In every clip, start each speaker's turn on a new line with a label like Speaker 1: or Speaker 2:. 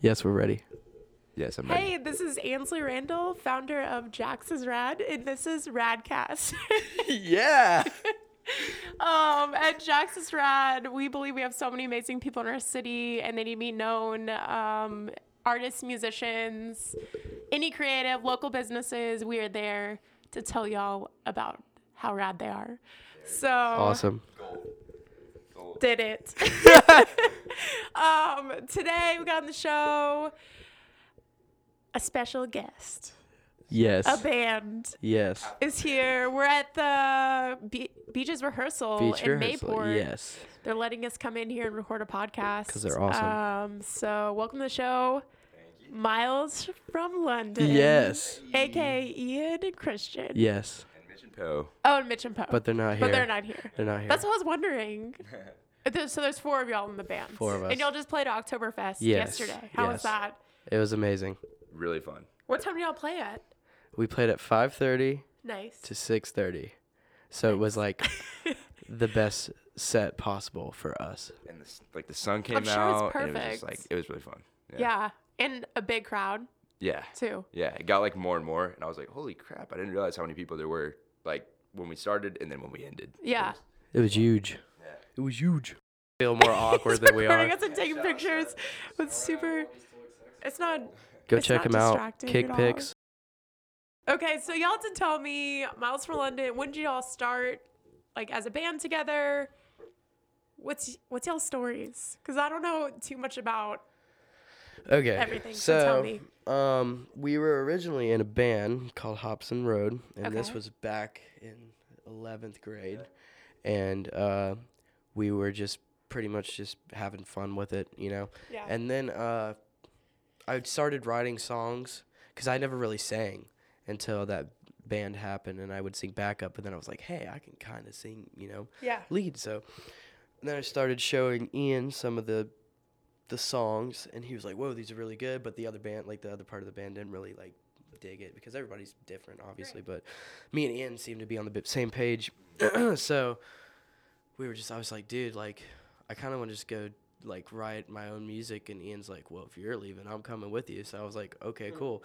Speaker 1: Yes, we're ready.
Speaker 2: Yes, I'm ready.
Speaker 3: Hey, this is Ansley Randall, founder of Jax is Rad, and this is Radcast.
Speaker 2: Yeah.
Speaker 3: um, at Jax is Rad, we believe we have so many amazing people in our city, and they need to be known. Um, artists, musicians, any creative, local businesses, we are there to tell y'all about how rad they are. So
Speaker 1: Awesome.
Speaker 3: did it. um, today we got on the show a special guest.
Speaker 1: Yes.
Speaker 3: A band
Speaker 1: Yes.
Speaker 3: is here. We're at the Be- Beaches rehearsal
Speaker 1: Beach
Speaker 3: in
Speaker 1: rehearsal.
Speaker 3: Oh, Mayport.
Speaker 1: Yes.
Speaker 3: They're letting us come in here and record a podcast. Because
Speaker 1: they're awesome.
Speaker 3: Um, so welcome to the show. Miles from London.
Speaker 1: Yes.
Speaker 3: AKA Ian and Christian.
Speaker 1: Yes.
Speaker 2: Poe.
Speaker 3: Oh, and Mitch and Poe.
Speaker 1: But they're not here.
Speaker 3: But they're not here.
Speaker 1: They're not here.
Speaker 3: That's what I was wondering. There's- so there's four of y'all in the band.
Speaker 1: Four of us.
Speaker 3: And y'all just played Oktoberfest
Speaker 1: Yes,
Speaker 3: yesterday. How
Speaker 1: yes.
Speaker 3: was that?
Speaker 1: It was amazing.
Speaker 2: Really fun.
Speaker 3: What time did y'all play at?
Speaker 1: We played at 5:30
Speaker 3: Nice.
Speaker 1: to 6:30. So it was like the best set possible for us.
Speaker 2: And the, s- like the sun came
Speaker 3: I'm sure it's
Speaker 2: out. And it was just like
Speaker 3: perfect.
Speaker 2: it was really fun.
Speaker 3: yeah. And a big crowd
Speaker 2: Yeah.
Speaker 3: too.
Speaker 2: Yeah. It got like more and more, and I was like, holy crap! I didn't realize how many people there were like when we started and then when we ended.
Speaker 3: Yeah.
Speaker 1: It was huge. It was huge. Feel more awkward than we
Speaker 3: Recording
Speaker 1: are.
Speaker 3: us and taking pictures with super. It's not.
Speaker 1: Go
Speaker 3: It's
Speaker 1: check
Speaker 3: not
Speaker 1: them out.
Speaker 3: distracting
Speaker 1: Kick
Speaker 3: at all.
Speaker 1: pics.
Speaker 3: Okay, so y'all have to tell me, Miles from London. When did y'all start, like as a band together? What's what's y'all stories? Because I don't know too much about.
Speaker 1: Okay.
Speaker 3: Everything, so tell
Speaker 1: So, um, we were originally in a band called Hobson Road, and this
Speaker 3: Okay.
Speaker 1: was back in eleventh grade, and uh, we were just pretty much just having fun with it, you know.
Speaker 3: Yeah.
Speaker 1: And then uh, I started writing songs because I never really sang until that band happened, and I would sing backup, and then I was like, hey, I can kind of sing, you know
Speaker 3: Yeah.
Speaker 1: lead. So and then I started showing Ian some of the the songs, and he was like, "Whoa, these are really good." But the other band, like the other part of the band, didn't really like dig it because everybody's different, obviously. But me and Ian seemed to be on the bi- same page, so we were just. I was like, "Dude, like, I kind of want to just go." like write my own music and Ian's like, "Well, if you're leaving, I'm coming with you." So I was like, "Okay, cool."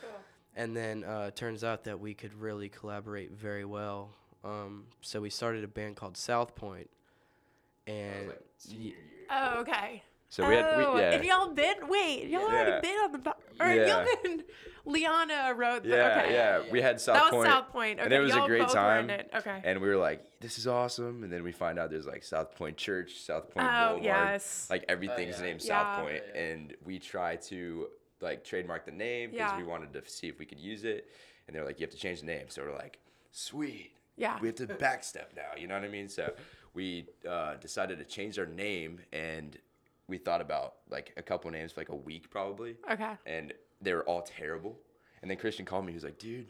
Speaker 1: And then uh, turns out that we could really collaborate very well. Um, so we started a band called South Point, and y-
Speaker 3: Oh, okay.
Speaker 2: So we had.
Speaker 3: oh,
Speaker 2: We, yeah.
Speaker 3: and y'all been wait, y'all
Speaker 2: Yeah.
Speaker 3: already been on the bo- or
Speaker 2: Yeah.
Speaker 3: y'all been Liana wrote the
Speaker 2: Yeah,
Speaker 3: okay.
Speaker 2: yeah, We had South
Speaker 3: That was
Speaker 2: Point.
Speaker 3: South Point.
Speaker 2: And it
Speaker 3: Okay,
Speaker 2: was a
Speaker 3: y'all
Speaker 2: great
Speaker 3: both were in
Speaker 2: time.
Speaker 3: it. Okay.
Speaker 2: And we were like, this is awesome. And then we find out there's like South Point Church, South Point
Speaker 3: Oh,
Speaker 2: Boulevard.
Speaker 3: yes.
Speaker 2: Like everything's named
Speaker 3: Yeah.
Speaker 2: South Point. And we try to like trademark the name because
Speaker 3: Yeah.
Speaker 2: we wanted to see if we could use it. And they're like, you have to change the name. So we're like, sweet.
Speaker 3: Yeah.
Speaker 2: We have to backstep now. You know what I mean? So we uh, decided to change our name and we thought about like a couple names for like a week probably
Speaker 3: Okay.
Speaker 2: and they were all terrible. And then Christian called me. He was like, "Dude,"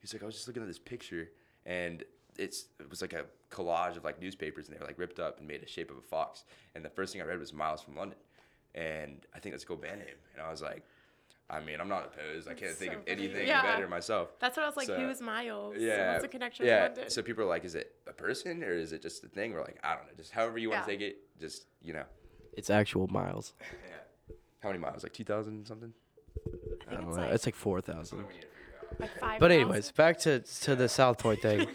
Speaker 2: he's like, "I was just looking at this picture, and it's it was like a collage of like newspapers, and they were like ripped up and made a shape of a fox. And the first thing I read was Miles from London, and I think that's a cool band name. And I was like, I mean, I'm not opposed. I can't think
Speaker 3: so
Speaker 2: of
Speaker 3: funny.
Speaker 2: anything
Speaker 3: Yeah.
Speaker 2: better myself.
Speaker 3: That's what I was like,
Speaker 2: So-
Speaker 3: who's Miles?
Speaker 2: yeah,
Speaker 3: What's the connection
Speaker 2: yeah.
Speaker 3: with London?
Speaker 2: So people are like, is it a person or is it just a thing? We're like, I don't know. Just however you want
Speaker 3: Yeah.
Speaker 2: to take it. Just you know,
Speaker 1: it's actual miles.
Speaker 2: how many miles? Like two thousand something.
Speaker 1: I don't know. It's like four thousand.
Speaker 3: Like five
Speaker 1: But
Speaker 3: miles.
Speaker 1: anyways, back to to the South Point thing.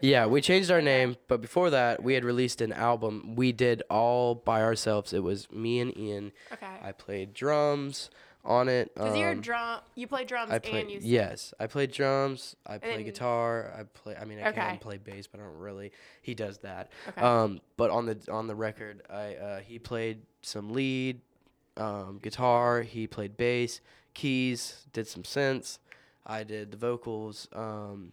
Speaker 1: yeah, we changed our name, but before that, we had released an album. We did all by ourselves. It was me and Ian.
Speaker 3: Okay.
Speaker 1: I played drums on it.
Speaker 3: Because you're a
Speaker 1: um,
Speaker 3: drum, you play drums
Speaker 1: I play
Speaker 3: and you sing.
Speaker 1: yes. I play drums. I play
Speaker 3: And-
Speaker 1: guitar. I play. I mean, I
Speaker 3: Okay.
Speaker 1: can play bass, but I don't really. He does that.
Speaker 3: Okay.
Speaker 1: Um, but on the on the record, I uh, he played some lead, um, guitar. He played bass, keys, did some synths. I did the vocals. Um,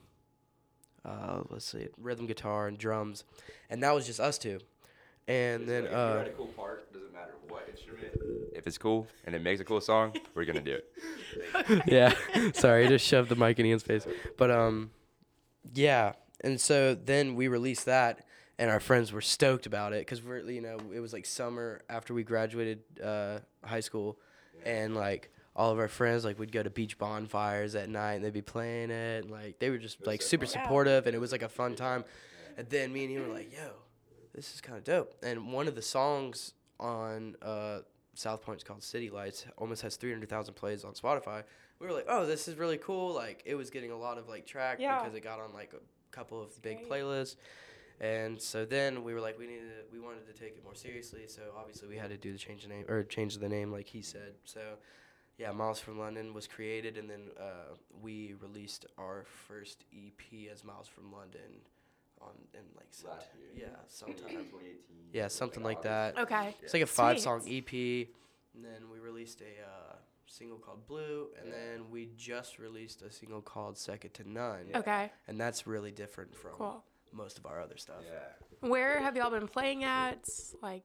Speaker 1: uh, let's see, rhythm guitar and drums, and that was just us two. And then uh,
Speaker 2: a cool part, doesn't matter what instrument. If it's cool and it makes a cool song, we're gonna do it.
Speaker 1: yeah. Sorry, I just shoved the mic in Ian's face. But um, yeah. And so then we released that, and our friends were stoked about it because we're you know it was like summer after we graduated uh, high school, and like all of our friends like we'd go to beach bonfires at night and they'd be playing it and like they were just like super supportive and it was like a fun time. And then me and he were like, yo, this is kind of dope. And one of the songs on uh, South Point's called City Lights almost has 300,000 plays on Spotify. We were like, oh, this is really cool. Like it was getting a lot of like track
Speaker 3: Yeah.
Speaker 1: because it got on like a couple of big
Speaker 3: great.
Speaker 1: playlists. And so then we were like, we needed, to, we wanted to take it more seriously. So obviously we had to do the change the name or change the name, like he said. So yeah, Miles from London was created, and then uh, we released our first EP as Miles from London on in like sept-
Speaker 2: Last year.
Speaker 1: yeah, sometime.
Speaker 2: 2018.
Speaker 1: Yeah, something like that.
Speaker 3: Okay.
Speaker 1: It's like a five
Speaker 3: Sweet.
Speaker 1: song EP, and then we released a uh, single called Blue, and then we just released a single called Second to None,
Speaker 3: Okay.
Speaker 1: and that's really different from
Speaker 3: Cool.
Speaker 1: most of our other stuff.
Speaker 2: Yeah.
Speaker 3: Where have y'all been playing at? Like,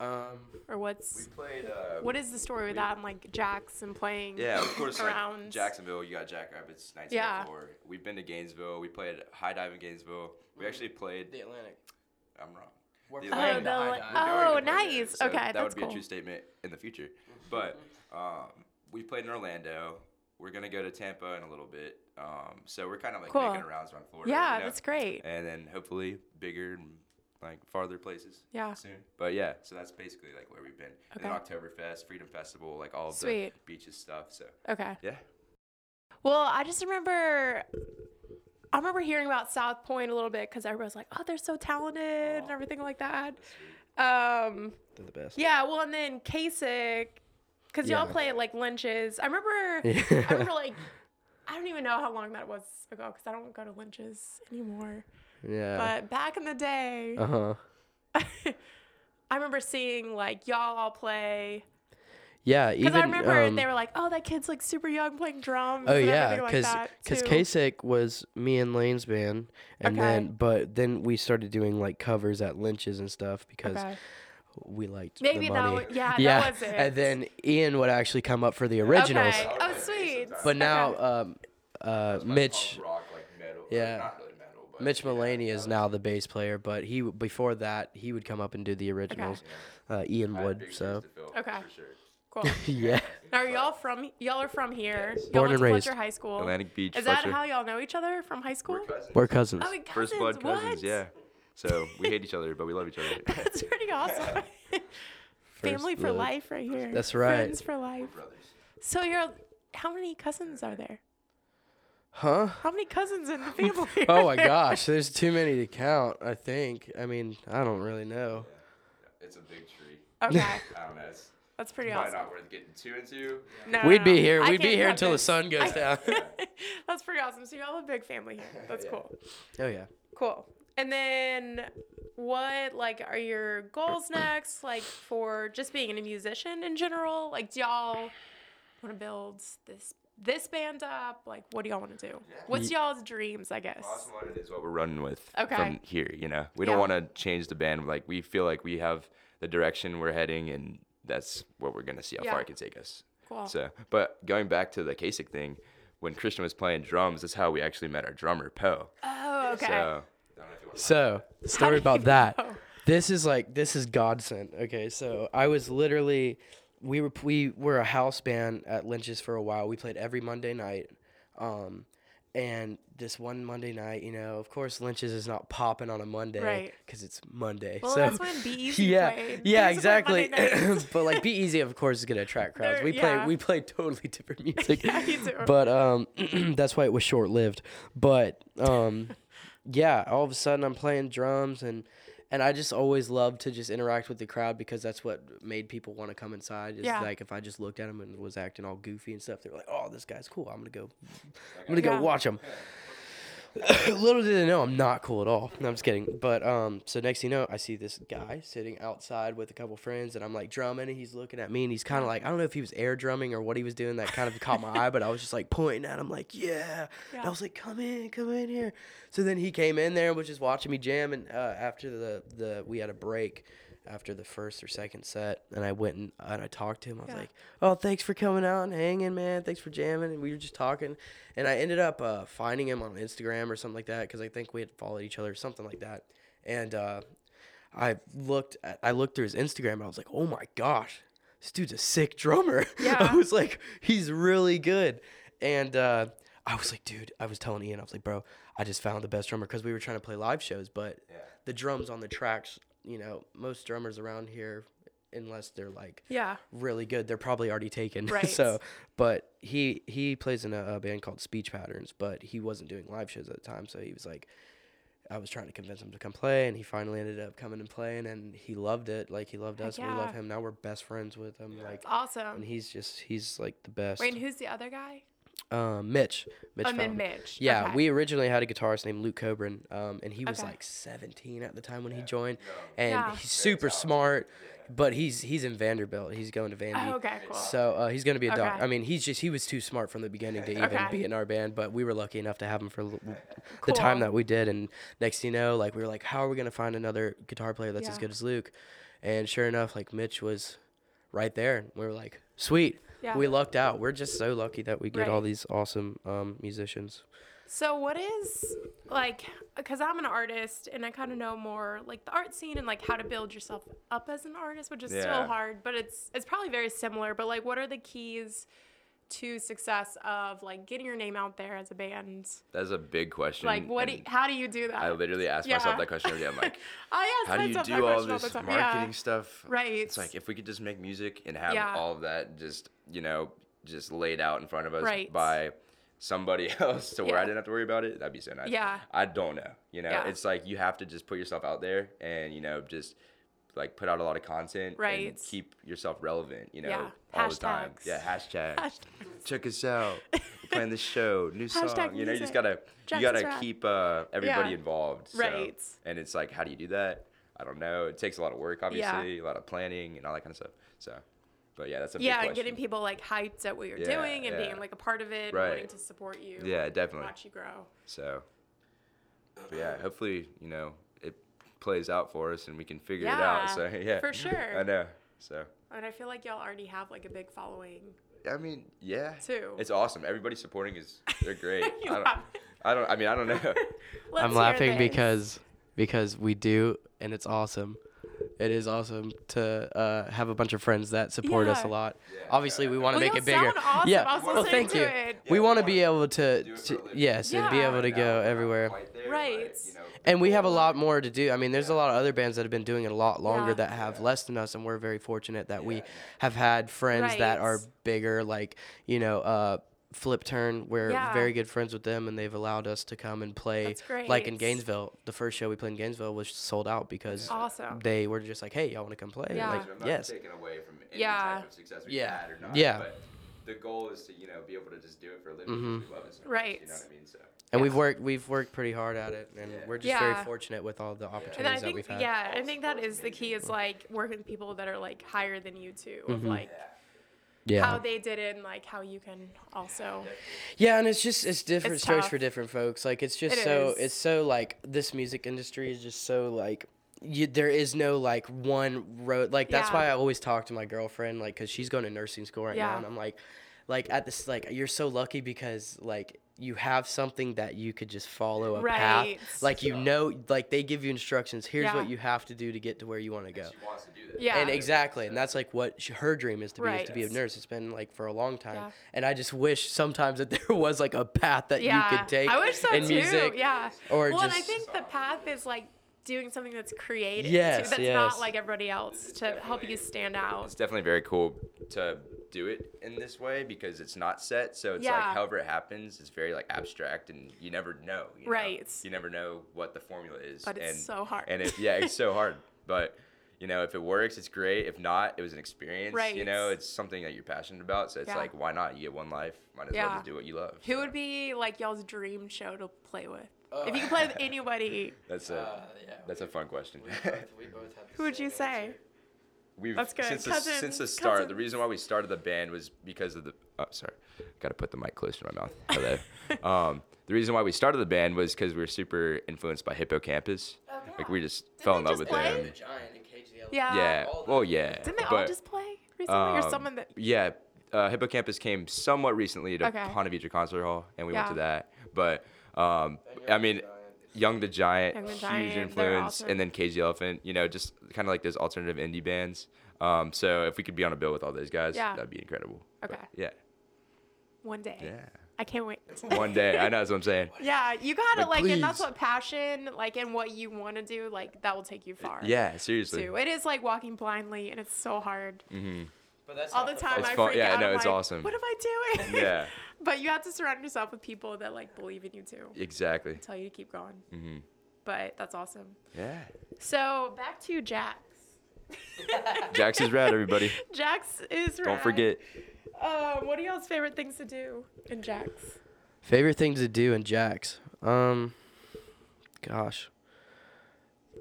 Speaker 1: Um,
Speaker 3: or
Speaker 2: We
Speaker 3: what's
Speaker 2: played. Uh,
Speaker 3: what is the story with that and like Jackson playing?
Speaker 2: Yeah, of course. Like
Speaker 3: Rounds.
Speaker 2: Jacksonville, you got Jackrabbits, 1904. We've been to Gainesville. We played high dive in Gainesville.
Speaker 3: Mm-hmm.
Speaker 2: We actually played.
Speaker 1: the Atlantic.
Speaker 2: I'm wrong.
Speaker 1: We're
Speaker 2: The
Speaker 1: playing
Speaker 3: Oh,
Speaker 1: the
Speaker 2: Atlantic.
Speaker 3: the,
Speaker 1: High Dive.
Speaker 2: We're
Speaker 3: oh,
Speaker 2: doing it over there,
Speaker 3: nice.
Speaker 2: so
Speaker 3: okay,
Speaker 2: that
Speaker 3: that's
Speaker 2: would be
Speaker 3: cool. Mm-hmm.
Speaker 2: a true statement in the future. But um, we played in Orlando. We're gonna go to Tampa in a little bit. Um, so we're kind of like
Speaker 3: Cool.
Speaker 2: making rounds around Florida.
Speaker 3: yeah,
Speaker 2: you know?
Speaker 3: that's great.
Speaker 2: And then hopefully bigger and like farther places
Speaker 3: Yeah.
Speaker 2: soon. But yeah, so that's basically like where we've been. And then
Speaker 3: Okay.
Speaker 2: Oktoberfest, Freedom Festival, like all of the
Speaker 3: Sweet.
Speaker 2: beaches stuff. So
Speaker 3: Okay.
Speaker 2: yeah.
Speaker 3: Well, I just remember. I remember hearing about South Point a little bit because everybody was like, "Oh, they're so talented" and everything like that. Um,
Speaker 1: They're the best.
Speaker 3: yeah. Well, and then Kasich, because y'all
Speaker 1: Yeah.
Speaker 3: play at like lunches. I remember. I
Speaker 1: Yeah.
Speaker 3: remember like. I don't even know how long that was ago because I don't go to lunches anymore.
Speaker 1: Oh. yeah.
Speaker 3: But back in the day,
Speaker 1: Uh huh.
Speaker 3: I remember seeing like y'all all play
Speaker 1: Yeah.
Speaker 3: because
Speaker 1: Even
Speaker 3: I remember
Speaker 1: um,
Speaker 3: they were like, "Oh, that kid's like super young playing drums."
Speaker 1: Oh
Speaker 3: and
Speaker 1: yeah,
Speaker 3: everything
Speaker 1: because
Speaker 3: like that, too.
Speaker 1: Kasich was me and Lane's band, and
Speaker 3: Okay.
Speaker 1: then but then we started doing like covers at lynches and stuff because
Speaker 3: Okay.
Speaker 1: we liked
Speaker 3: Maybe
Speaker 1: the
Speaker 3: that
Speaker 1: money.
Speaker 3: wa- yeah, that was it.
Speaker 1: and then Ian would actually come up for the originals,
Speaker 3: Okay.
Speaker 2: Originals.
Speaker 3: Oh, sweet.
Speaker 1: but now
Speaker 3: Okay.
Speaker 1: um, uh,
Speaker 2: Like,
Speaker 1: Mitch
Speaker 2: punk rock, like metal. or
Speaker 1: Yeah.
Speaker 2: Not really metal, but
Speaker 1: Mitch
Speaker 2: yeah,
Speaker 1: Mullaney
Speaker 2: that
Speaker 1: is
Speaker 2: was-
Speaker 1: now the bass player, but he before that he would come up and do the originals. Uh, Ian
Speaker 2: I had
Speaker 1: would
Speaker 2: big
Speaker 1: so
Speaker 2: shoes to fill,
Speaker 3: Okay.
Speaker 2: For sure.
Speaker 3: cool.
Speaker 1: yeah.
Speaker 3: Now, are y'all from y'all are from here? Y'all
Speaker 1: Born
Speaker 3: went
Speaker 1: and
Speaker 3: to
Speaker 1: raised.
Speaker 3: Fletcher High School.
Speaker 2: Atlantic Beach,
Speaker 3: Is that
Speaker 2: Fletcher.
Speaker 3: how y'all know each other from high school?
Speaker 1: We're
Speaker 2: We're cousins.
Speaker 1: cousins.
Speaker 3: Oh, we cousins.
Speaker 2: First blood cousins,
Speaker 3: what?
Speaker 2: yeah. So we hate each other, but we love each other.
Speaker 3: That's pretty awesome. Family for
Speaker 1: blood.
Speaker 3: life, right here.
Speaker 1: That's right.
Speaker 3: Friends for life.
Speaker 2: Brothers.
Speaker 3: So you're how many cousins are there?
Speaker 1: Huh?
Speaker 3: How many cousins in the family?
Speaker 1: Oh my gosh, there's too many to count. I think. I mean, I don't really know.
Speaker 2: It's a big tree.
Speaker 3: Okay,
Speaker 2: I don't know. It's
Speaker 3: that's pretty
Speaker 2: probably
Speaker 3: awesome.
Speaker 2: not worth getting too into.
Speaker 3: No, no,
Speaker 1: We'd
Speaker 3: no.
Speaker 1: be here.
Speaker 3: Um, I
Speaker 1: We'd be
Speaker 3: can't
Speaker 1: here
Speaker 3: have
Speaker 1: until the
Speaker 3: this.
Speaker 1: sun goes down.
Speaker 3: That's pretty awesome. So y'all have a big family here. That's cool.
Speaker 1: oh yeah.
Speaker 3: Cool. And then what like are your goals next like for just being a musician in general? Like do y'all want to build this this band up? Like what do y'all want to do? What's y'all's dreams, I guess?
Speaker 2: Awesome Wanted is what we're running with
Speaker 3: Okay.
Speaker 2: from here. You know, we don't
Speaker 3: Yeah.
Speaker 2: want to change the band. Like we feel like we have the direction we're heading, and that's what we're gonna see how
Speaker 3: Yeah.
Speaker 2: far it can take us.
Speaker 3: Cool.
Speaker 2: So, but going back to the Kasich thing, when Christian was playing drums, that's how we actually met our drummer Poe.
Speaker 3: oh, okay.
Speaker 2: So, I don't know if you want
Speaker 1: So, the story
Speaker 3: did
Speaker 1: about
Speaker 3: you
Speaker 1: that.
Speaker 3: know?
Speaker 1: This is like this is godsend. Okay, so I was literally we were we were a house band at Lynch's for a while. We played every Monday night. Um and this one Monday night, you know, of course Lynch's is not popping on a Monday
Speaker 3: Right.
Speaker 1: cuz it's Monday.
Speaker 3: Well,
Speaker 1: so
Speaker 3: that's when Be Easy
Speaker 1: Yeah.
Speaker 3: played.
Speaker 1: Yeah,
Speaker 3: These are my
Speaker 1: exactly.
Speaker 3: Monday nights.
Speaker 1: but like Be Easy of course is going to attract crowds.
Speaker 3: They're-
Speaker 1: we play
Speaker 3: yeah.
Speaker 1: we play totally different music.
Speaker 3: Yeah, you do.
Speaker 1: But um that's why it was short lived. But um yeah, all of a sudden I'm playing drums and and I just always love to just interact with the crowd because that's what made people want to come inside. Is
Speaker 3: Yeah.
Speaker 1: like if I just looked at them and was acting all goofy and stuff, they were like, "Oh, this guy's cool. I'm gonna go, I'm gonna
Speaker 3: Yeah.
Speaker 1: go watch him." Little did they know I'm not cool at all. No, I'm just kidding. But um, so next thing you know, I see this guy sitting outside with a couple friends, and I'm like drumming, and he's looking at me, and he's kind of like, I don't know if he was air drumming or what he was doing. That kind of caught my eye, but I was just like pointing at him, like, yeah. And I
Speaker 3: Yeah.
Speaker 1: was like, come in, come in here. So then he came in there and was just watching me jam, and uh, after the the we had a break. After the first or second set, and I went and, and I talked to him. I was
Speaker 3: Yeah.
Speaker 1: like, "Oh, thanks for coming out and hanging, man. Thanks for jamming." And we were just talking, and I ended up uh, finding him on Instagram or something like that because I think we had followed each other or something like that. And uh, I looked, at, I looked through his Instagram, and I was like, "Oh my gosh, this dude's a sick drummer." I
Speaker 3: Yeah.
Speaker 1: was like, "He's really good," and uh, I was like, "Dude," I was telling Ian, I was like, "Bro, I just found the best drummer because we were trying to play live shows, but the drums on the tracks, you know, most drummers around here unless they're like
Speaker 3: Yeah.
Speaker 1: really good. They're probably already taken.
Speaker 3: Right.
Speaker 1: so, but he he plays in a, a band called Speech Patterns, but he wasn't doing live shows at the time, so he was like, I was trying to convince him to come play, and he finally ended up coming and playing, and he loved it. Like he loved
Speaker 3: Heck
Speaker 1: us, we love
Speaker 3: yeah.
Speaker 1: him. Now we're best friends with him. Like, and
Speaker 3: Awesome.
Speaker 1: he's just he's like the best.
Speaker 3: Wait, and who's the other guy?
Speaker 1: Um, Mitch. Mitch.
Speaker 3: Um, and
Speaker 1: Fallon.
Speaker 3: Mitch.
Speaker 1: Yeah,
Speaker 3: Okay.
Speaker 1: we originally had a guitarist named Luke Coburn, um, and he was
Speaker 3: Okay.
Speaker 1: like 17 at the time when he joined, and
Speaker 3: Yeah.
Speaker 1: he's super smart, but he's he's in Vanderbilt. He's going to Vandy.
Speaker 3: Oh, okay, cool.
Speaker 1: So uh, he's gonna be a doc.
Speaker 3: Okay.
Speaker 1: I mean, he's just he was too smart from the beginning to even
Speaker 3: Okay.
Speaker 1: be in our band, but we were lucky enough to have him for l- the time
Speaker 3: Cool.
Speaker 1: that we did. And next thing you know, like we were like, how are we gonna find another guitar player that's as
Speaker 3: Yeah.
Speaker 1: good as Luke? And sure enough, like Mitch was right there, and we were like, sweet.
Speaker 3: Yeah.
Speaker 1: We lucked out. We're just so lucky that we get all
Speaker 3: Right.
Speaker 1: these awesome um, musicians.
Speaker 3: So what is like cuz I'm an artist and I kind of know more like the art scene and like how to build yourself up as an artist, which is still
Speaker 2: Yeah.
Speaker 3: hard, but it's it's probably very similar, but like what are the keys to success of like getting your name out there as a band?
Speaker 2: That's a big question.
Speaker 3: Like what do
Speaker 2: and
Speaker 3: you, how do you do that?
Speaker 2: I literally ask myself
Speaker 3: Yeah.
Speaker 2: that question every day. I'm like,
Speaker 3: I ask
Speaker 2: how do you
Speaker 3: myself that
Speaker 2: do all
Speaker 3: question
Speaker 2: this
Speaker 3: the time.
Speaker 2: marketing stuff?
Speaker 3: Right.
Speaker 2: It's like if we could just make music and have
Speaker 3: Yeah.
Speaker 2: all of that just you know just laid out in front of us
Speaker 3: Right.
Speaker 2: by somebody else to where
Speaker 3: Yeah.
Speaker 2: I didn't have to worry about it. That'd be so nice.
Speaker 3: Yeah.
Speaker 2: I don't know. You know,
Speaker 3: Yeah.
Speaker 2: it's like you have to just put yourself out there and you know just like put out a lot of content
Speaker 3: Right.
Speaker 2: and keep yourself relevant. You know,
Speaker 3: Yeah.
Speaker 2: all the time.
Speaker 3: Hashtags.
Speaker 2: Yeah. Hashtag.
Speaker 3: Hashtag-
Speaker 2: Check us out. We're playing this show. New song.
Speaker 3: Hashtag
Speaker 2: you know, you
Speaker 3: music.
Speaker 2: just gotta
Speaker 3: Jackson's
Speaker 2: you gotta
Speaker 3: rad.
Speaker 2: keep uh, everybody
Speaker 3: Yeah.
Speaker 2: involved. so-
Speaker 3: Right.
Speaker 2: And it's like, how do you do that? I don't know. It takes a lot of work, obviously, a lot of planning and all that kind of stuff. So, but yeah, that's a
Speaker 3: yeah, and
Speaker 2: big question.
Speaker 3: getting people like hyped at what you're
Speaker 2: Yeah,
Speaker 3: doing and
Speaker 2: yeah.
Speaker 3: being like a part of it, and
Speaker 2: Right.
Speaker 3: wanting to support you.
Speaker 2: Yeah,
Speaker 3: and
Speaker 2: definitely.
Speaker 3: Watch you grow.
Speaker 2: So, but yeah, hopefully, you know, it plays out for us and we can figure it
Speaker 3: Yeah,
Speaker 2: out. So yeah,
Speaker 3: for sure.
Speaker 2: I know. So.
Speaker 3: And I feel like y'all already have like a big following.
Speaker 2: I mean, yeah.
Speaker 3: Too.
Speaker 2: It's awesome. Everybody supporting is they're great.
Speaker 3: You
Speaker 2: I, don't,
Speaker 3: laugh.
Speaker 2: I don't I mean, I don't know.
Speaker 3: Let's
Speaker 1: I'm
Speaker 3: hear
Speaker 1: laughing
Speaker 3: this.
Speaker 1: because because we do, and it's awesome. It is awesome to uh, have a bunch of friends that support us
Speaker 3: Yeah.
Speaker 1: a lot.
Speaker 2: Yeah.
Speaker 1: Obviously, we want to
Speaker 3: Well,
Speaker 1: make
Speaker 3: you
Speaker 1: it bigger.
Speaker 3: sound awesome.
Speaker 1: Yeah,
Speaker 3: I was
Speaker 1: well,
Speaker 3: listening
Speaker 1: thank
Speaker 3: to
Speaker 1: you.
Speaker 3: it.
Speaker 1: we
Speaker 2: Yeah,
Speaker 1: want to
Speaker 2: we
Speaker 1: be able to,
Speaker 2: do it for
Speaker 1: to
Speaker 2: a living.
Speaker 1: yes, and be
Speaker 3: Yeah.
Speaker 1: able to
Speaker 2: Now,
Speaker 1: go
Speaker 2: we're not
Speaker 1: everywhere.
Speaker 2: quite there, but,
Speaker 3: Right.
Speaker 2: you know,
Speaker 1: And we have a lot more to do. I mean, there's a lot of other bands that have been doing it a lot longer
Speaker 3: Yeah.
Speaker 1: that have less than us, and we're very fortunate that we have had friends that
Speaker 3: Right.
Speaker 1: are bigger, like, you know, uh, Flip Turn. We're
Speaker 3: Yeah.
Speaker 1: very good friends with them, and they've allowed us to come and play.
Speaker 3: That's
Speaker 1: Like in
Speaker 3: great.
Speaker 1: Gainesville, the first show we played in Gainesville was sold out because
Speaker 3: Awesome.
Speaker 1: they were just like, hey, y'all want to come play?
Speaker 3: Yeah.
Speaker 1: Like,
Speaker 2: I'm not
Speaker 1: yes.
Speaker 2: taking away from any
Speaker 3: Yeah.
Speaker 2: type of success we've
Speaker 1: Yeah.
Speaker 2: had or not.
Speaker 1: Yeah.
Speaker 2: But the goal is to, you know, be able to just do it for a living
Speaker 1: Mm-hmm.
Speaker 2: because we love it so much,
Speaker 3: Right.
Speaker 2: You know what I mean? So
Speaker 1: And we've worked we've worked pretty hard at it, and we're just
Speaker 3: Yeah.
Speaker 1: very fortunate with all the
Speaker 3: And I
Speaker 1: opportunities that
Speaker 3: think
Speaker 1: we've had.
Speaker 3: yeah, I think that is the key is like working with people that are like higher than you too, of like
Speaker 1: Mm-hmm. Yeah.
Speaker 3: how they did it and like how you can also
Speaker 1: Yeah, and it's just it's different
Speaker 3: It's
Speaker 1: strokes
Speaker 3: tough.
Speaker 1: for different folks. Like it's just
Speaker 3: It
Speaker 1: so
Speaker 3: is.
Speaker 1: it's so like this music industry is just so like you, there is no like one road. Like that's
Speaker 3: Yeah.
Speaker 1: why I always talk to my girlfriend like cuz she's going to nursing school right
Speaker 3: Yeah.
Speaker 1: now and I'm like like at this like you're so lucky because like you have something that you could just follow a
Speaker 3: Right.
Speaker 1: path. Like you know like they give you instructions. Here's
Speaker 3: Yeah.
Speaker 1: what you have to do to get to where you want to go.
Speaker 2: she wants to do this.
Speaker 3: Yeah.
Speaker 1: And exactly, and that's like what sh her dream is to be is to be a
Speaker 3: Right.
Speaker 1: nurse. It's been like for a long time,
Speaker 3: Yeah.
Speaker 1: and I just wish sometimes that there was like a path that
Speaker 3: yeah.
Speaker 1: you could take
Speaker 3: I wish so
Speaker 1: in
Speaker 3: too.
Speaker 1: music.
Speaker 3: Yeah.
Speaker 1: or
Speaker 3: well, and I
Speaker 1: just-
Speaker 3: think the path is like doing something that's creative. too,
Speaker 1: Yes,
Speaker 3: that's
Speaker 1: yes.
Speaker 3: not like everybody else to help you stand out.
Speaker 2: It's definitely very cool to do it in this way because it's not set. So it's
Speaker 3: Yeah.
Speaker 2: like however it happens, it's very like abstract and you never know. you know?
Speaker 3: Right.
Speaker 2: You never know what the formula is.
Speaker 3: But it's
Speaker 2: and-
Speaker 3: so hard.
Speaker 2: And if yeah, it's so hard. But you know, if it works, it's great. If not, it was an experience.
Speaker 3: Right.
Speaker 2: You know, it's something that you're passionate about. So it's
Speaker 3: Yeah.
Speaker 2: like, why not? You get one life. Might as
Speaker 3: Yeah.
Speaker 2: well just do what you love.
Speaker 3: Who would be like y'all's dream show to play with? If you could play with anybody,
Speaker 2: That's a
Speaker 1: Uh,
Speaker 2: that's a fun question.
Speaker 3: who would you say?
Speaker 2: We've
Speaker 3: That's good.
Speaker 2: since the, since the
Speaker 3: Cousins,
Speaker 2: start. The
Speaker 3: cousins.
Speaker 2: reason why we started the band was because of the. Oh, sorry, got to put the mic closer to my mouth. Hello. um, the reason why we started the band was because we were super influenced by Hippocampus. Like we just fell in
Speaker 3: Oh, they just
Speaker 2: love with
Speaker 3: play?
Speaker 2: them.
Speaker 3: Yeah.
Speaker 2: Yeah.
Speaker 1: all
Speaker 2: Oh yeah.
Speaker 3: Didn't they all
Speaker 2: But,
Speaker 3: just play recently, or
Speaker 2: um,
Speaker 3: someone that?
Speaker 2: Yeah. Uh, Hippocampus came somewhat recently to
Speaker 3: Okay.
Speaker 2: Ponte Vedra Concert Hall, and we went to
Speaker 3: Yeah.
Speaker 2: that. But um, I mean, Young the Giant,
Speaker 3: Young the
Speaker 2: huge
Speaker 3: Giant, they're
Speaker 2: influence,
Speaker 3: awesome.
Speaker 2: and then Cage the Elephant. You know, just kind of like those alternative indie bands. Um, so if we could be on a bill with all those guys,
Speaker 3: Yeah.
Speaker 2: that'd be incredible. But
Speaker 3: Okay.
Speaker 2: yeah.
Speaker 3: One day.
Speaker 2: Yeah.
Speaker 3: I I can't wait.
Speaker 2: One day. I know that's what I'm saying.
Speaker 3: Yeah, you gotta
Speaker 2: But
Speaker 3: like, and that's
Speaker 2: please.
Speaker 3: what passion, like, and what you want to do, like, that will take you far.
Speaker 2: Yeah, seriously.
Speaker 3: Too. It is like walking blindly, and it's so hard.
Speaker 1: But that's
Speaker 3: All the time,
Speaker 2: Mm. It's
Speaker 3: I
Speaker 2: fun-
Speaker 3: freak
Speaker 2: yeah,
Speaker 3: out.
Speaker 2: no,
Speaker 3: I'm
Speaker 2: it's
Speaker 3: like,
Speaker 2: awesome.
Speaker 3: What am I doing?
Speaker 2: Yeah,
Speaker 3: but you have to surround yourself with people that like believe in you too,
Speaker 2: exactly.
Speaker 3: tell you to keep going. Mm-hmm. But that's awesome.
Speaker 2: Yeah.
Speaker 3: So back to Jax.
Speaker 2: Jax is rad, everybody.
Speaker 3: Jax is
Speaker 2: Don't
Speaker 3: rad.
Speaker 2: forget.
Speaker 3: Um, what are y'all's favorite things to do in Jax?
Speaker 1: Favorite things to do in Jack's? Um, gosh,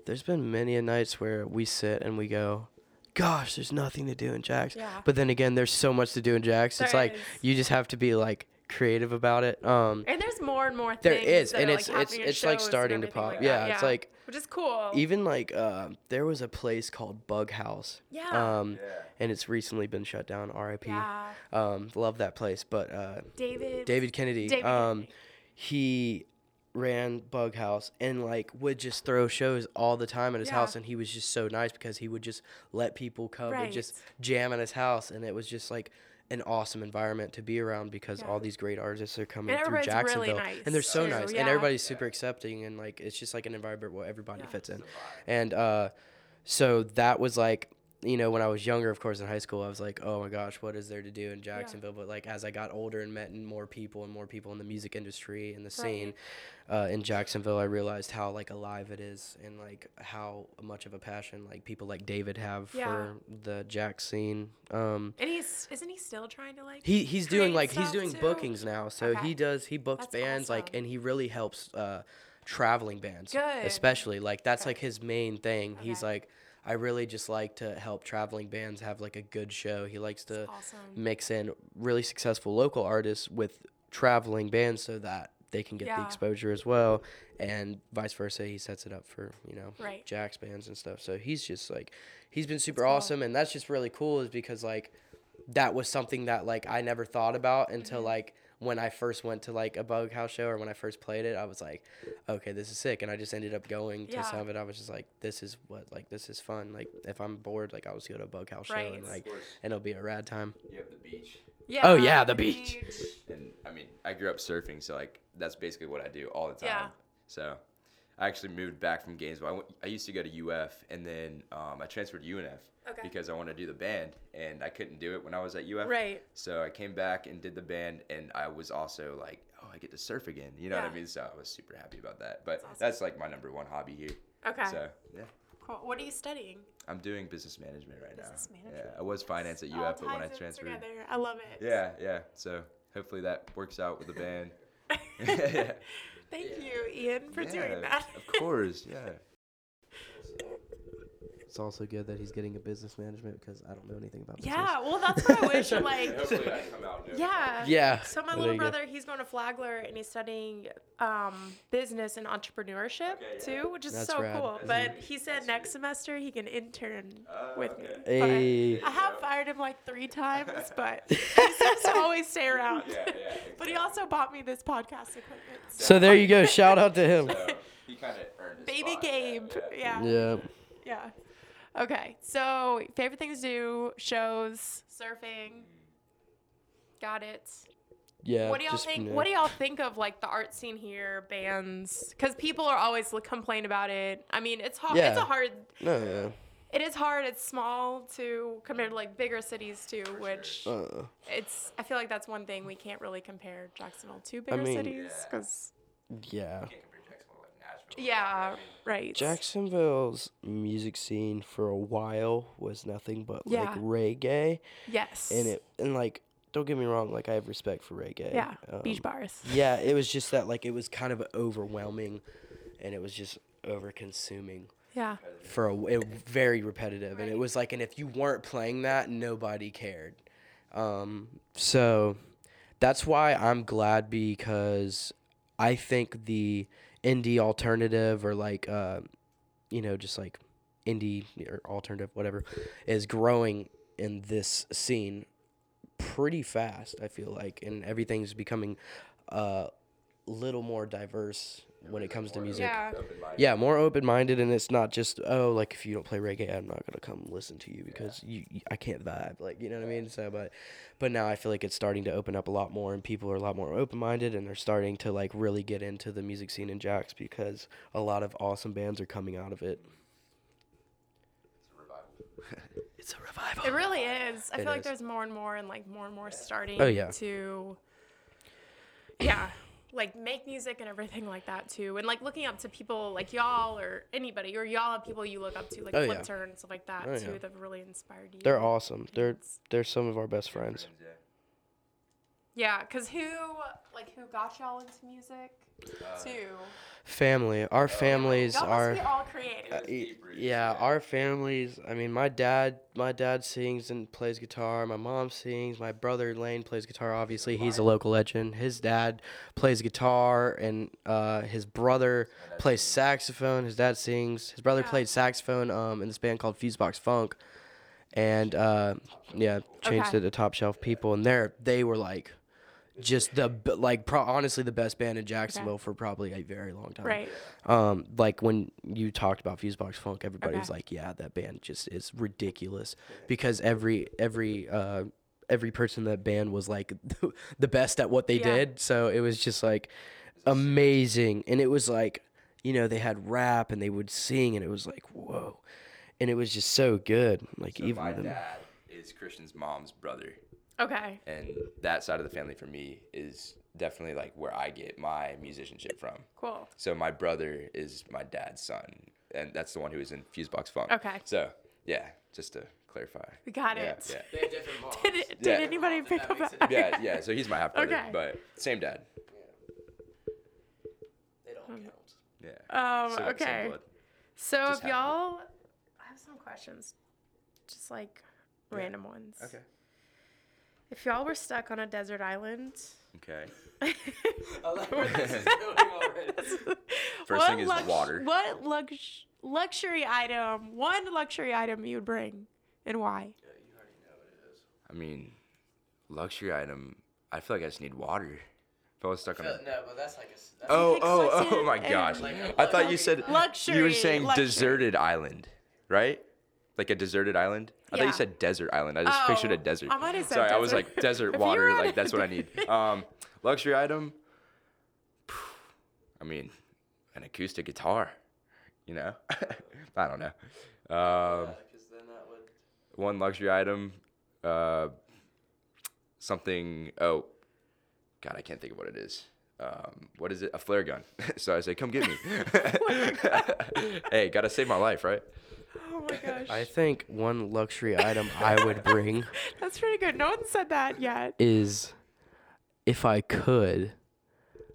Speaker 1: there's been many a nights where we sit and we go, "Gosh, there's nothing to do in Jack's."
Speaker 3: Yeah.
Speaker 1: But then again, there's so much to do in Jack's. it's
Speaker 3: There
Speaker 1: like
Speaker 3: is.
Speaker 1: you just have to be like creative about it. Um,
Speaker 3: And there's more and more things.
Speaker 1: There is,
Speaker 3: that
Speaker 1: and
Speaker 3: are,
Speaker 1: it's-
Speaker 3: like,
Speaker 1: it's-
Speaker 3: happening at
Speaker 1: it's, like,
Speaker 3: shows and
Speaker 1: starting to
Speaker 3: everything
Speaker 1: pop.
Speaker 3: Like
Speaker 1: Yeah,
Speaker 3: that.
Speaker 1: it's, like,
Speaker 3: which is cool.
Speaker 1: even like um, there was a place called Bug House.
Speaker 3: Yeah.
Speaker 1: Um, and it's recently been shut down. R.I.P.
Speaker 3: Yeah.
Speaker 1: Um, love that place, but uh,
Speaker 3: David.
Speaker 1: David Kennedy.
Speaker 3: David
Speaker 1: um,
Speaker 3: Kennedy.
Speaker 1: he ran Bug House and like would just throw shows all the time at his
Speaker 3: Yeah.
Speaker 1: house, and he was just so nice because he would just let people come and just jam at his house, and it was just like an awesome environment to be around because
Speaker 3: Yeah.
Speaker 1: all these great artists are coming
Speaker 3: And
Speaker 1: through
Speaker 3: everybody's
Speaker 1: Jacksonville,
Speaker 3: really nice,
Speaker 1: and they're so
Speaker 3: too,
Speaker 1: nice,
Speaker 3: yeah.
Speaker 1: and everybody's super accepting, and like it's just like an environment where everybody
Speaker 3: Yeah.
Speaker 1: fits in, and uh, so that was like. You know, when I was younger, of course, in high school, I was like, "Oh my gosh, what is there to do in Jacksonville?" But like, as I got older and met more people and more people in the music industry and the scene uh, in Jacksonville, I realized how like alive it is and like how much of a passion like people like David have
Speaker 3: Yeah.
Speaker 1: for the Jack scene. Um,
Speaker 3: And he's isn't he still trying to like?
Speaker 1: he he's doing
Speaker 3: Creating
Speaker 1: like he's
Speaker 3: stuff,
Speaker 1: doing
Speaker 3: too?
Speaker 1: bookings now, so
Speaker 3: Okay.
Speaker 1: he does he books
Speaker 3: That's
Speaker 1: bands like
Speaker 3: awesome.
Speaker 1: and he really helps uh, traveling bands,
Speaker 3: Good.
Speaker 1: especially like that's
Speaker 3: Okay.
Speaker 1: like his main thing. He's
Speaker 3: Okay.
Speaker 1: like. I really just like to help traveling bands have like a good show. He likes to
Speaker 3: awesome.
Speaker 1: mix in really successful local artists with traveling bands so that they can get the
Speaker 3: Yeah.
Speaker 1: exposure as well and vice versa he sets it up for you know
Speaker 3: Right.
Speaker 1: jack's bands and stuff so he's just like he's been super
Speaker 3: That's cool.
Speaker 1: awesome and that's just really cool is because like that was something that like i never thought about until
Speaker 3: Mm-hmm.
Speaker 1: like when i first went to like a bug house show or when i first played it i was like okay this is sick and i just ended up going to
Speaker 3: Yeah.
Speaker 1: some of it i was just like this is what like this is fun like if i'm bored like i'll just go to a bug house show
Speaker 3: Right.
Speaker 1: and like and it'll be a rad time
Speaker 2: You have the beach.
Speaker 3: Yeah.
Speaker 1: Oh, yeah, the beach.
Speaker 2: And I mean, I grew up surfing, so like that's basically what I do all the time.
Speaker 3: Yeah.
Speaker 2: So I actually moved back from Gainesville. I, went, I used to go to UF, and then um, I transferred to UNF
Speaker 3: Okay.
Speaker 2: because I wanted to do the band, and I couldn't do it when I was at UF.
Speaker 3: Right.
Speaker 2: So I came back and did the band, and I was also like, oh, I get to surf again. You know what
Speaker 3: Yeah.
Speaker 2: I mean? So I was super happy about that. But that's,
Speaker 3: awesome.
Speaker 2: like my number one hobby here.
Speaker 3: Okay.
Speaker 2: So yeah.
Speaker 3: Cool. What are you studying?
Speaker 2: I'm doing business management right
Speaker 3: Business
Speaker 2: now.
Speaker 3: management.
Speaker 2: Yeah, I was finance at
Speaker 3: All
Speaker 2: UF, but when I
Speaker 3: ties in
Speaker 2: transferred,
Speaker 3: together. I love it.
Speaker 2: yeah, yeah. So hopefully that works out with the band.
Speaker 3: Thank you, Ian, for
Speaker 2: Yeah,
Speaker 3: doing that.
Speaker 2: Of course, yeah.
Speaker 1: It's also good that he's getting a business management because I don't know anything about business.
Speaker 3: yeah. Well, that's what I wish. Like.
Speaker 2: Hopefully that come out.
Speaker 3: Yeah.
Speaker 1: Yeah.
Speaker 3: So my
Speaker 1: There
Speaker 3: little
Speaker 1: you go.
Speaker 3: brother, he's going to Flagler and he's studying um, business and entrepreneurship too, which is
Speaker 1: That's
Speaker 3: so
Speaker 1: rad.
Speaker 3: cool. But he Oh, said next semester he can intern with me. But
Speaker 1: Hey.
Speaker 3: I have fired him like three times, but he seems to always stay around. but he also bought me this podcast equipment. So.
Speaker 1: So there you go. Shout out to him.
Speaker 2: He kind of earned his
Speaker 3: Baby
Speaker 2: spot.
Speaker 3: Gabe. Yeah. yeah.
Speaker 1: Yeah.
Speaker 3: Okay. So favorite things to do: shows, surfing. Got it.
Speaker 1: Yeah.
Speaker 3: What do y'all
Speaker 1: just,
Speaker 3: think?
Speaker 1: yeah.
Speaker 3: What do y'all think of like the art scene here, bands? Because people are always like, complain about it. I mean, it's hard. It's
Speaker 1: Yeah.
Speaker 3: a hard.
Speaker 1: No.
Speaker 3: It is hard. It's small too compared to like bigger cities too, which
Speaker 1: Yeah. Uh,
Speaker 3: it's. I feel like that's one thing we can't really compare Jacksonville to bigger
Speaker 1: mean-
Speaker 3: cities because
Speaker 1: yeah.
Speaker 3: yeah, right.
Speaker 1: Jacksonville's music scene for a while was nothing but
Speaker 3: Yeah.
Speaker 1: like reggae,
Speaker 3: yes.
Speaker 1: and it and like don't get me wrong, like I have respect for reggae.
Speaker 3: Yeah,
Speaker 1: um,
Speaker 3: beach bars.
Speaker 1: Yeah, it was just that like it was kind of overwhelming, and it was just over consuming.
Speaker 3: Yeah.
Speaker 1: for a it, very repetitive and it
Speaker 3: Right.
Speaker 1: was like and if you weren't playing that nobody cared um so that's why i'm glad because i think the indie alternative or like uh you know just like indie or alternative whatever is growing in this scene pretty fast i feel like and everything's becoming a little uh, more diverse when it comes to music.
Speaker 3: Yeah.
Speaker 1: Yeah, more open minded, and it's not just oh, like if you don't play reggae, I'm not gonna come listen to you because you, you I can't vibe, like you know what I mean. So, but but now I feel like it's starting to open up a lot more, and people are a lot more open minded, and they're starting to like really get into the music scene in Jax because a lot of awesome bands are coming out of it. It's a revival.
Speaker 3: It really is.
Speaker 1: It
Speaker 3: I feel like
Speaker 1: is.
Speaker 3: there's more and more and like more and more starting
Speaker 1: Oh, yeah.
Speaker 3: to Yeah. Like make music and everything like that too. And like looking up to people like y'all or anybody or y'all have people you look up to, like
Speaker 1: Oh,
Speaker 3: Flipturn
Speaker 1: yeah.
Speaker 3: and stuff like that
Speaker 1: Oh,
Speaker 3: too,
Speaker 1: yeah.
Speaker 3: that have really inspired you.
Speaker 1: They're awesome. They're they're some of our best friends.
Speaker 3: Yeah, because who like who got y'all into music
Speaker 2: Uh,
Speaker 3: too?
Speaker 1: Family. Our families
Speaker 3: Y'all
Speaker 1: are.
Speaker 3: must be all creative.
Speaker 1: Y- e, yeah, our families. I mean, my dad, my dad sings and plays guitar. My mom sings. My brother Lane plays guitar. Obviously, he's a local legend. His dad plays guitar, and uh, his brother plays saxophone. His dad sings. His brother played saxophone um, in this band called Fusebox Funk, and uh, yeah, changed
Speaker 3: Okay.
Speaker 1: it to Top Shelf People, and there they were like. Just the b- like, pro- honestly, the best band in Jacksonville for probably a very long time
Speaker 3: Right.
Speaker 1: um like when you talked about fusebox funk everybody was
Speaker 3: Okay.
Speaker 1: like yeah that band just is ridiculous because every every uh every person in that band was like the best at what they
Speaker 3: Yeah.
Speaker 1: did so it was just like amazing and it was like you know they had rap and they would sing and it was like whoa and it was just so good like
Speaker 2: So
Speaker 1: even
Speaker 2: my
Speaker 1: them
Speaker 2: dad is Christian's mom's brother,
Speaker 3: Okay.
Speaker 2: and that side of the family for me is definitely like where I get my musicianship from.
Speaker 3: Cool.
Speaker 2: So my brother is my dad's son, and that's the one who was in Fusebox Funk.
Speaker 3: Okay.
Speaker 2: So yeah, just to clarify.
Speaker 3: We got
Speaker 2: Yeah,
Speaker 3: it.
Speaker 2: yeah.
Speaker 3: Did, it- did
Speaker 2: Yeah.
Speaker 3: anybody pick up that?
Speaker 2: Yeah, yeah. So he's my half brother,
Speaker 3: Okay.
Speaker 2: but same dad.
Speaker 1: They
Speaker 3: Oh,
Speaker 1: don't count.
Speaker 2: Yeah.
Speaker 3: Um,
Speaker 2: Same- same
Speaker 3: okay.
Speaker 2: blood.
Speaker 3: So
Speaker 2: Just
Speaker 3: if
Speaker 2: happened.
Speaker 3: y'all, I have some questions, just like random ones.
Speaker 2: Okay.
Speaker 3: If y'all were stuck on a desert island,
Speaker 2: Okay.
Speaker 3: what
Speaker 2: thing is the water.
Speaker 3: What lux- luxury item? One luxury item you would bring, and why?
Speaker 2: I mean, luxury item. I feel like I just need water. If I was stuck on a
Speaker 1: no but that's like a
Speaker 2: Oh,
Speaker 3: Like
Speaker 2: oh, oh
Speaker 3: sweating
Speaker 2: my
Speaker 3: and-
Speaker 2: gosh.
Speaker 1: Like a
Speaker 2: I thought you said you were
Speaker 3: Luxury,
Speaker 2: saying
Speaker 3: luxury.
Speaker 2: deserted island, right? Like a deserted island? I thought
Speaker 3: Yeah.
Speaker 2: you said desert island. I just pictured
Speaker 3: Oh,
Speaker 2: a desert.
Speaker 3: I might have said
Speaker 2: Sorry, I was
Speaker 3: desert.
Speaker 2: like desert
Speaker 3: If you
Speaker 2: water,
Speaker 3: were on
Speaker 2: like
Speaker 3: a-
Speaker 2: that's what I need. Um luxury item. I mean, an acoustic guitar, you know? I don't know. Um one luxury item uh something oh god i can't think of what it is um what is it a flare gun so i say come get me hey gotta save my life right
Speaker 3: Oh my gosh,
Speaker 1: i think one luxury item i would bring
Speaker 3: that's pretty good. No one said that yet.
Speaker 1: is if I could,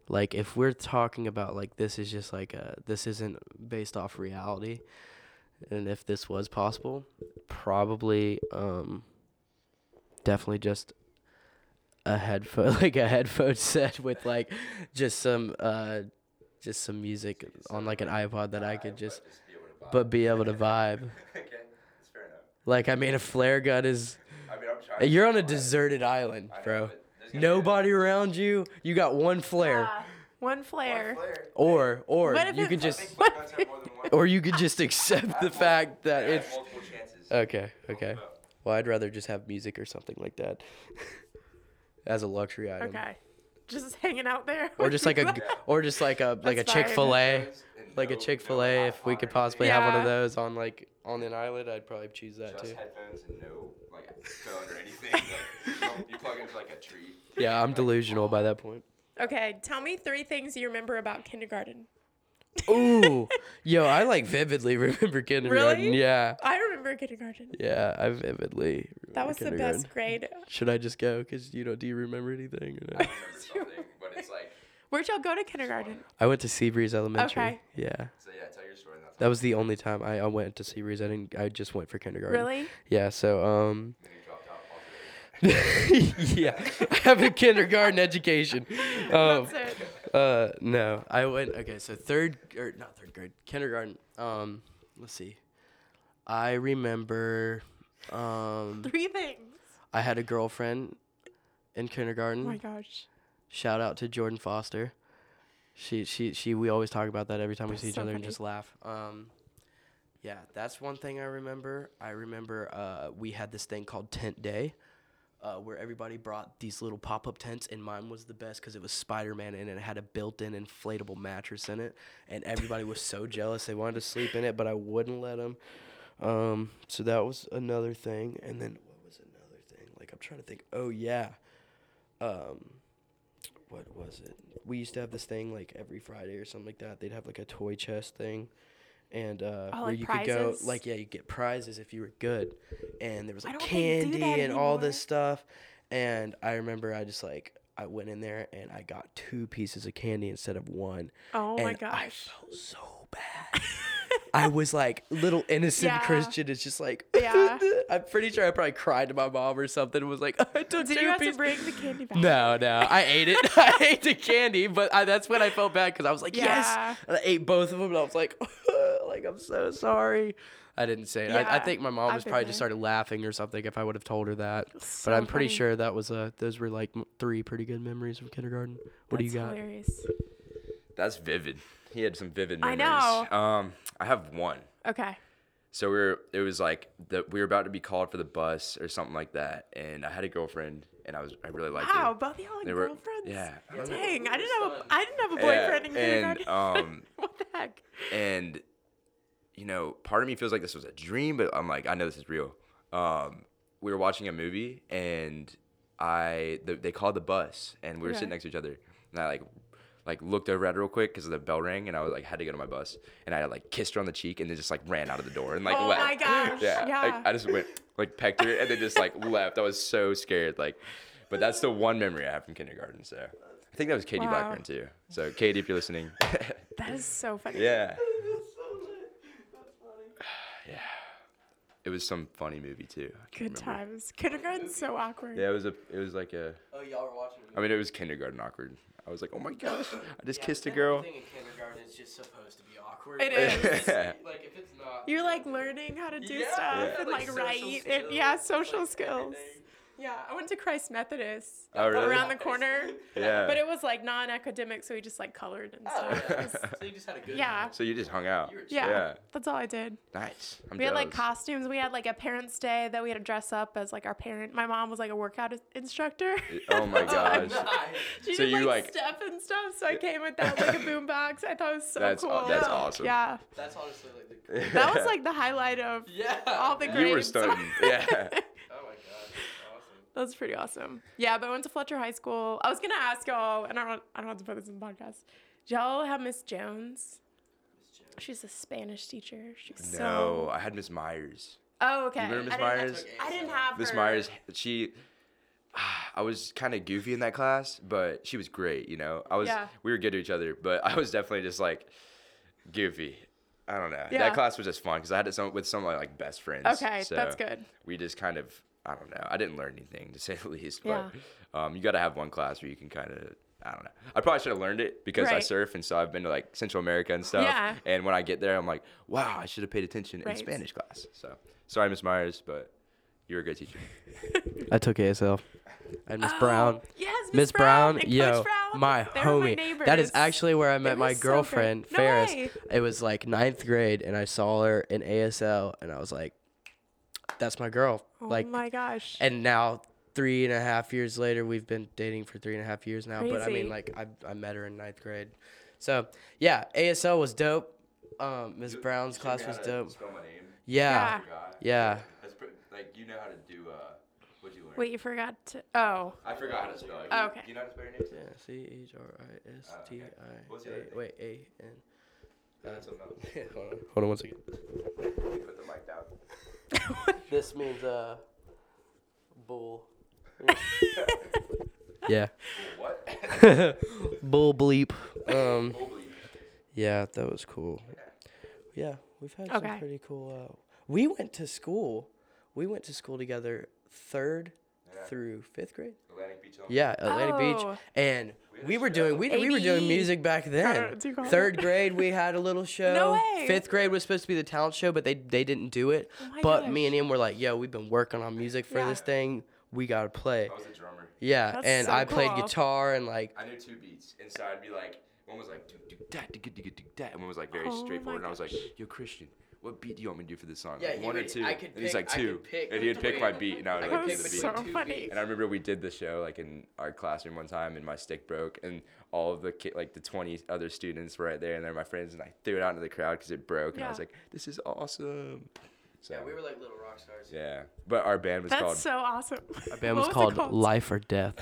Speaker 1: like if we're talking about like this is just like a this isn't based off reality, and if this was possible, probably um definitely just a headphone like a headphone set with like just some uh just some music on like an iPod that I could just but be able to vibe.
Speaker 2: okay that's fair enough
Speaker 1: Like I mean a flare gun is
Speaker 2: i mean i'm
Speaker 1: Hey,
Speaker 2: trying
Speaker 1: You're on a deserted island, bro.
Speaker 2: but there's gotta be
Speaker 1: Nobody around you. You got one flare,
Speaker 3: Uh, one flare.
Speaker 1: or or
Speaker 3: What if
Speaker 1: you
Speaker 3: it-
Speaker 1: could just
Speaker 3: What?
Speaker 1: or you could just accept the fact that it's
Speaker 2: multiple chances
Speaker 1: okay. Okay. Well, I'd rather just have music or something like that as a luxury item,
Speaker 3: Okay, just hanging out there.
Speaker 1: or just like a g- or just like a like a
Speaker 3: That's fine.
Speaker 1: Chick Fil A, like a Chick Fil A. If we could possibly have one of
Speaker 3: Yeah.
Speaker 1: those on like on an island, I'd probably choose that too.
Speaker 2: headphones and no like phone or anything like, you plug into like a tree
Speaker 1: Yeah, I'm delusional by that point.
Speaker 3: Okay, tell me three things you remember about kindergarten.
Speaker 1: Ooh, yo, I like vividly remember kindergarten.
Speaker 3: Really?
Speaker 1: Yeah.
Speaker 3: I remember kindergarten.
Speaker 1: Yeah, I vividly.
Speaker 3: That
Speaker 1: remember
Speaker 3: was the
Speaker 1: kindergarten.
Speaker 3: best grade.
Speaker 1: Should I just go? Cause you know, do you remember anything? Or not?
Speaker 2: remember something, but it's like,
Speaker 3: Where'd y'all go to kindergarten?
Speaker 1: I went to Seabreeze Elementary.
Speaker 3: Okay.
Speaker 1: Yeah,
Speaker 2: so yeah, tell your story. That's
Speaker 1: that was the only time I, I went to Seabreeze. I didn't. I just went for kindergarten.
Speaker 3: Really?
Speaker 1: Yeah. So um.
Speaker 2: when you dropped out.
Speaker 1: yeah, I have a kindergarten education.
Speaker 2: Oh.
Speaker 1: Um,
Speaker 3: That's it.
Speaker 1: uh, no, I went. Okay, so third or not third grade, kindergarten. Um, let's see. I remember. Um,
Speaker 3: Three things.
Speaker 1: I had a
Speaker 2: Mm.
Speaker 1: girlfriend in kindergarten.
Speaker 3: Oh my gosh.
Speaker 1: Shout out to Jordan Foster. She she she. We always talk about that every time
Speaker 3: That's
Speaker 1: we see each
Speaker 3: so
Speaker 1: other and
Speaker 3: funny.
Speaker 1: just laugh. Um, yeah, that's one thing I remember. I remember uh, we had this thing called Tent Day, uh, where everybody brought these little pop up tents, and mine was the best because it was Spider Man and it had a built in inflatable mattress in it, and everybody was so jealous they wanted to sleep in it, but I wouldn't let them. Um, so that was another thing, and then what was another thing? Like I'm trying to think. Oh yeah, um, what was it? We used to have this thing like every Friday or something like that. They'd have like a toy chest thing, and uh,
Speaker 3: Oh,
Speaker 1: where
Speaker 3: like
Speaker 1: you could
Speaker 3: prizes?
Speaker 1: go like yeah, you get prizes if you were good, and there was
Speaker 3: Why
Speaker 1: like
Speaker 3: don't they do
Speaker 1: candy
Speaker 3: that
Speaker 1: and all
Speaker 3: anymore?
Speaker 1: this stuff. And I remember I just like I went in there and I got two pieces of candy instead of one.
Speaker 3: Oh my
Speaker 1: and I
Speaker 3: gosh.
Speaker 1: felt so bad. I was like little innocent
Speaker 3: Yeah.
Speaker 1: Christian. It's just like
Speaker 3: Yeah.
Speaker 1: I'm pretty sure I probably cried to my mom or something. and Was like I took
Speaker 3: Did
Speaker 1: two
Speaker 3: you have
Speaker 1: pieces.
Speaker 3: to bring the candy back?
Speaker 1: No, no. I ate it. I ate the candy, but I, that's when I felt bad because I was like,
Speaker 3: Yeah.
Speaker 1: yes. And I ate both of them, and I was like, like I'm so sorry. I didn't say it. I, I
Speaker 3: Yeah,
Speaker 1: think my mom
Speaker 3: I've
Speaker 1: was
Speaker 3: been
Speaker 1: probably
Speaker 3: there.
Speaker 1: just started laughing or something if I would have told her that.
Speaker 3: So
Speaker 1: But I'm pretty
Speaker 3: funny.
Speaker 1: sure that was uh those were like m- three pretty good memories from kindergarten. What do you
Speaker 3: That's
Speaker 1: got?
Speaker 3: Hilarious.
Speaker 2: That's vivid. He had some vivid
Speaker 3: I
Speaker 2: memories.
Speaker 3: know.
Speaker 2: Um, I have one.
Speaker 3: Okay.
Speaker 2: So we were, it was like the, we were about to be called for the bus or something like that, and I had a girlfriend, and I was I really liked her.
Speaker 3: Wow, both of y'all had
Speaker 2: They were-
Speaker 3: girlfririends.
Speaker 2: yeah. I don't know.
Speaker 3: Dang, I didn't have a I didn't have a
Speaker 2: Yeah,
Speaker 3: boyfriend in
Speaker 2: and,
Speaker 3: kindergarten.
Speaker 2: um,
Speaker 3: what the heck?
Speaker 2: and you know, part of me feels like this was a dream, but I'm like, I know this is real. Um, we were watching a movie, and I th- they called the bus, and we were
Speaker 3: Okay.
Speaker 2: sitting next to each other, and I like like looked over at her real quick because the bell rang, and I was like had to go to my bus, and I like kissed her on the cheek, and then just like ran out of the door and like
Speaker 3: Oh
Speaker 2: left.
Speaker 3: my gosh,
Speaker 2: Yeah,
Speaker 3: yeah.
Speaker 2: Like, I just went like pecked her, and then just like left. I was so scared, like. But that's the one memory I have from kindergarten. So I think that was Katie
Speaker 3: Wow.
Speaker 2: Blackburn too. So Katie, if you're listening,
Speaker 3: That is so funny.
Speaker 2: yeah. Yeah. It was some funny movie too. I can't
Speaker 3: Good
Speaker 2: remember.
Speaker 3: times. Kindergarten's so awkward.
Speaker 2: Yeah, it was a it was like a
Speaker 1: Oh, y'all were watching.
Speaker 2: I mean it was kindergarten awkward. I was like, "Oh my gosh, I just kissed a girl."
Speaker 1: in kindergarten is just supposed to be awkward.
Speaker 3: It is.
Speaker 2: Yeah.
Speaker 1: like if it's not.
Speaker 3: You're like learning how to do
Speaker 1: Yeah,
Speaker 3: stuff
Speaker 2: yeah.
Speaker 1: like
Speaker 3: and like,
Speaker 1: social
Speaker 3: write and
Speaker 1: skills,
Speaker 3: yeah, social
Speaker 1: like
Speaker 3: skills.
Speaker 1: everything.
Speaker 3: Yeah, I went to Christ Methodist
Speaker 2: Oh, really?
Speaker 3: around the corner,
Speaker 2: Yeah.
Speaker 3: but it was like non-academic, so we just like colored and stuff. It was-
Speaker 1: Oh, so you just had a good.
Speaker 3: yeah,
Speaker 2: so you just hung out.
Speaker 1: You were chill.
Speaker 3: yeah,
Speaker 2: Yeah.
Speaker 3: that's all I did.
Speaker 2: Nice. I'm
Speaker 3: We had like
Speaker 2: jealous.
Speaker 3: costumes. We had like a parents' day that we had to dress up as like our parent. My mom was like a workout i- instructor.
Speaker 2: Oh my gosh.
Speaker 3: She
Speaker 2: So
Speaker 3: did
Speaker 2: you,
Speaker 3: like,
Speaker 2: like-
Speaker 3: step and stuff. So I came with that like a boombox. I thought it was so
Speaker 2: That's aw-
Speaker 3: cool.
Speaker 2: that's awesome.
Speaker 3: Yeah,
Speaker 1: That's honestly like the.
Speaker 3: that was like the highlight of
Speaker 1: Yeah.
Speaker 3: all the
Speaker 2: You
Speaker 3: grades.
Speaker 2: were stunning. Yeah.
Speaker 1: Oh my god, awesome.
Speaker 3: That's pretty awesome. Yeah, but I went to Fletcher High School. I was gonna ask y'all, and I don't, I don't have to put this in the podcast. Did y'all have Miss Jones? She's a Spanish teacher. She's
Speaker 2: No,
Speaker 3: so.
Speaker 2: I had Miss Myers.
Speaker 3: Oh, okay.
Speaker 2: remember Miss
Speaker 3: I didn't-
Speaker 2: Myers?
Speaker 3: I didn't have
Speaker 2: Miss
Speaker 3: her.
Speaker 2: Myers, she, I was kind of goofy in that class, but she was great. You know, I was
Speaker 3: Yeah.
Speaker 2: we were good to each other, but I was definitely just like goofy. I don't know.
Speaker 3: Yeah.
Speaker 2: That class was just fun because I had it some, with some of my like best friends.
Speaker 3: Okay, that's good.
Speaker 2: We just kind of I don't know. I didn't learn anything to say the least, but
Speaker 3: Yeah.
Speaker 2: um, you got to have one class where you can kind of. I don't know. I probably should have learned it because I
Speaker 3: Right.
Speaker 2: surf and so I've been to like Central America and stuff.
Speaker 3: Yeah.
Speaker 2: And when I get there, I'm like, wow, I should have paid attention
Speaker 3: Right.
Speaker 2: in Spanish class. So sorry, Miss Myers, but you're a great teacher.
Speaker 1: I took ASL. And Miss
Speaker 3: Oh,
Speaker 1: Brown.
Speaker 3: Yes,
Speaker 1: Miss Brown,
Speaker 3: and Coach
Speaker 1: yo,
Speaker 3: Brown.
Speaker 1: my
Speaker 3: They were my
Speaker 1: homie. that is
Speaker 3: neighbors.
Speaker 1: actually where I met
Speaker 3: were
Speaker 1: my
Speaker 3: so great.
Speaker 1: girlfriend,
Speaker 3: No
Speaker 1: Ferris.
Speaker 3: way.
Speaker 1: It was like ninth grade, and I saw her in ASL, and I was like, that's my girl.
Speaker 3: Oh
Speaker 1: like,
Speaker 3: my gosh.
Speaker 1: and now three and a half years later we've been dating for three and a half years now but i
Speaker 3: Crazy.
Speaker 1: mean like I, I met her in ninth grade so yeah asl was dope um miss brown's class was dope yeah yeah
Speaker 2: That's pretty, like you know how to do. Uh, what you learn?
Speaker 3: Wait, you forgot to. Oh,
Speaker 2: I forgot how to spell it.
Speaker 3: Oh, okay.
Speaker 2: Do you know how to spell your name?
Speaker 1: yeah c h r i s t
Speaker 2: What was the other
Speaker 1: i
Speaker 2: thing?
Speaker 1: wait a n
Speaker 2: That's enough.
Speaker 1: hold on hold on one second
Speaker 2: You put the mic down.
Speaker 1: this means uh bull yeah
Speaker 2: What?
Speaker 1: bull bleep um
Speaker 2: Holy.
Speaker 1: Yeah, that was cool. Yeah, we've had
Speaker 3: Okay.
Speaker 1: some pretty cool. Uh, we went to school. We went to school together, third through fifth grade.
Speaker 2: Atlantic Beach. Elementary.
Speaker 1: Yeah, Atlantic
Speaker 3: Oh.
Speaker 1: Beach, and we were doing we, we were doing
Speaker 3: AB.
Speaker 1: music back
Speaker 3: don't know
Speaker 1: then.
Speaker 3: what you call it.
Speaker 1: Third grade, we had a little show.
Speaker 3: way. Oh
Speaker 1: Fifth grade was supposed to be the talent show, but they they didn't do it.
Speaker 3: my
Speaker 1: but
Speaker 3: gosh.
Speaker 1: me and him were like, "Yo, we've been working on music for
Speaker 3: Yeah.
Speaker 1: this thing. We gotta play."
Speaker 2: I was a drummer.
Speaker 1: Yeah,
Speaker 3: That's
Speaker 1: and
Speaker 3: so
Speaker 1: I played
Speaker 3: cool.
Speaker 1: guitar and like
Speaker 2: I knew two beats, and so I'd be like, One was like do do that do do do that, and one was like very
Speaker 3: Oh my
Speaker 2: straightforward. And I was like, Yo, Christian, what beat do you want me to do for this song?
Speaker 1: Yeah,
Speaker 2: Like,
Speaker 1: he
Speaker 2: one or
Speaker 1: would-
Speaker 2: two.
Speaker 1: I could
Speaker 2: and he's like
Speaker 1: pick- I could
Speaker 2: two,
Speaker 1: pick
Speaker 2: and he'd pick my
Speaker 1: between-
Speaker 2: beat, and I
Speaker 1: I
Speaker 2: would
Speaker 1: could
Speaker 2: like do
Speaker 1: pick
Speaker 2: the beat.
Speaker 1: between
Speaker 3: so
Speaker 1: two
Speaker 3: funny.
Speaker 1: beats.
Speaker 2: And I remember we did the show like in our classroom one time, and my stick broke, and all of the ki- like the twenty other students were right there, and they're my friends, and I threw it out into the crowd because it broke, and I was
Speaker 3: Yeah.
Speaker 2: like, "This is awesome." So,
Speaker 1: Yeah, we were like little rock stars.
Speaker 2: yeah, but our band was
Speaker 3: That's
Speaker 2: called.
Speaker 3: so awesome.
Speaker 1: Our band
Speaker 3: What
Speaker 1: was called,
Speaker 3: it
Speaker 1: Life or Death.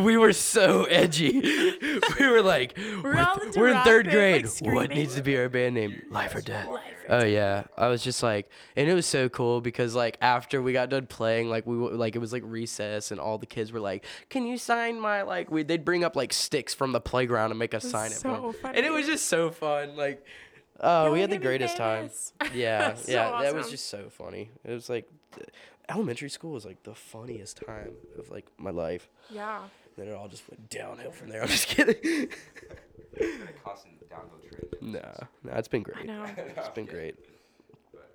Speaker 1: we were so edgy. we were like, we're,
Speaker 3: all
Speaker 1: th-
Speaker 3: into
Speaker 1: we're in
Speaker 3: rock
Speaker 1: third
Speaker 3: bands,
Speaker 1: grade.
Speaker 3: like,
Speaker 1: what
Speaker 3: screaming.
Speaker 1: needs to be our band name? Life or Death.
Speaker 3: Life or
Speaker 1: Oh yeah, I was just like, and it was so cool because like after we got done playing, like we w- like it was like recess, and all the kids were like, "Can you sign my like?" We they'd bring up like sticks from the playground and make us sign it, for
Speaker 3: so
Speaker 1: 'em. and
Speaker 3: funny.
Speaker 1: it was just so fun. Like, oh, we
Speaker 3: We're
Speaker 1: had the
Speaker 3: gonna be
Speaker 1: greatest time.
Speaker 3: famous.
Speaker 1: Yeah,
Speaker 3: So
Speaker 1: yeah, that was
Speaker 3: awesome.
Speaker 1: just so funny. It was like th- elementary school was like the funniest time of like my life.
Speaker 3: Yeah.
Speaker 1: Then it all just went downhill from there. I'm just kidding.
Speaker 2: constant downhill trend.
Speaker 1: nah, nah, it's been
Speaker 3: I
Speaker 1: great.
Speaker 3: know.
Speaker 1: It's been great.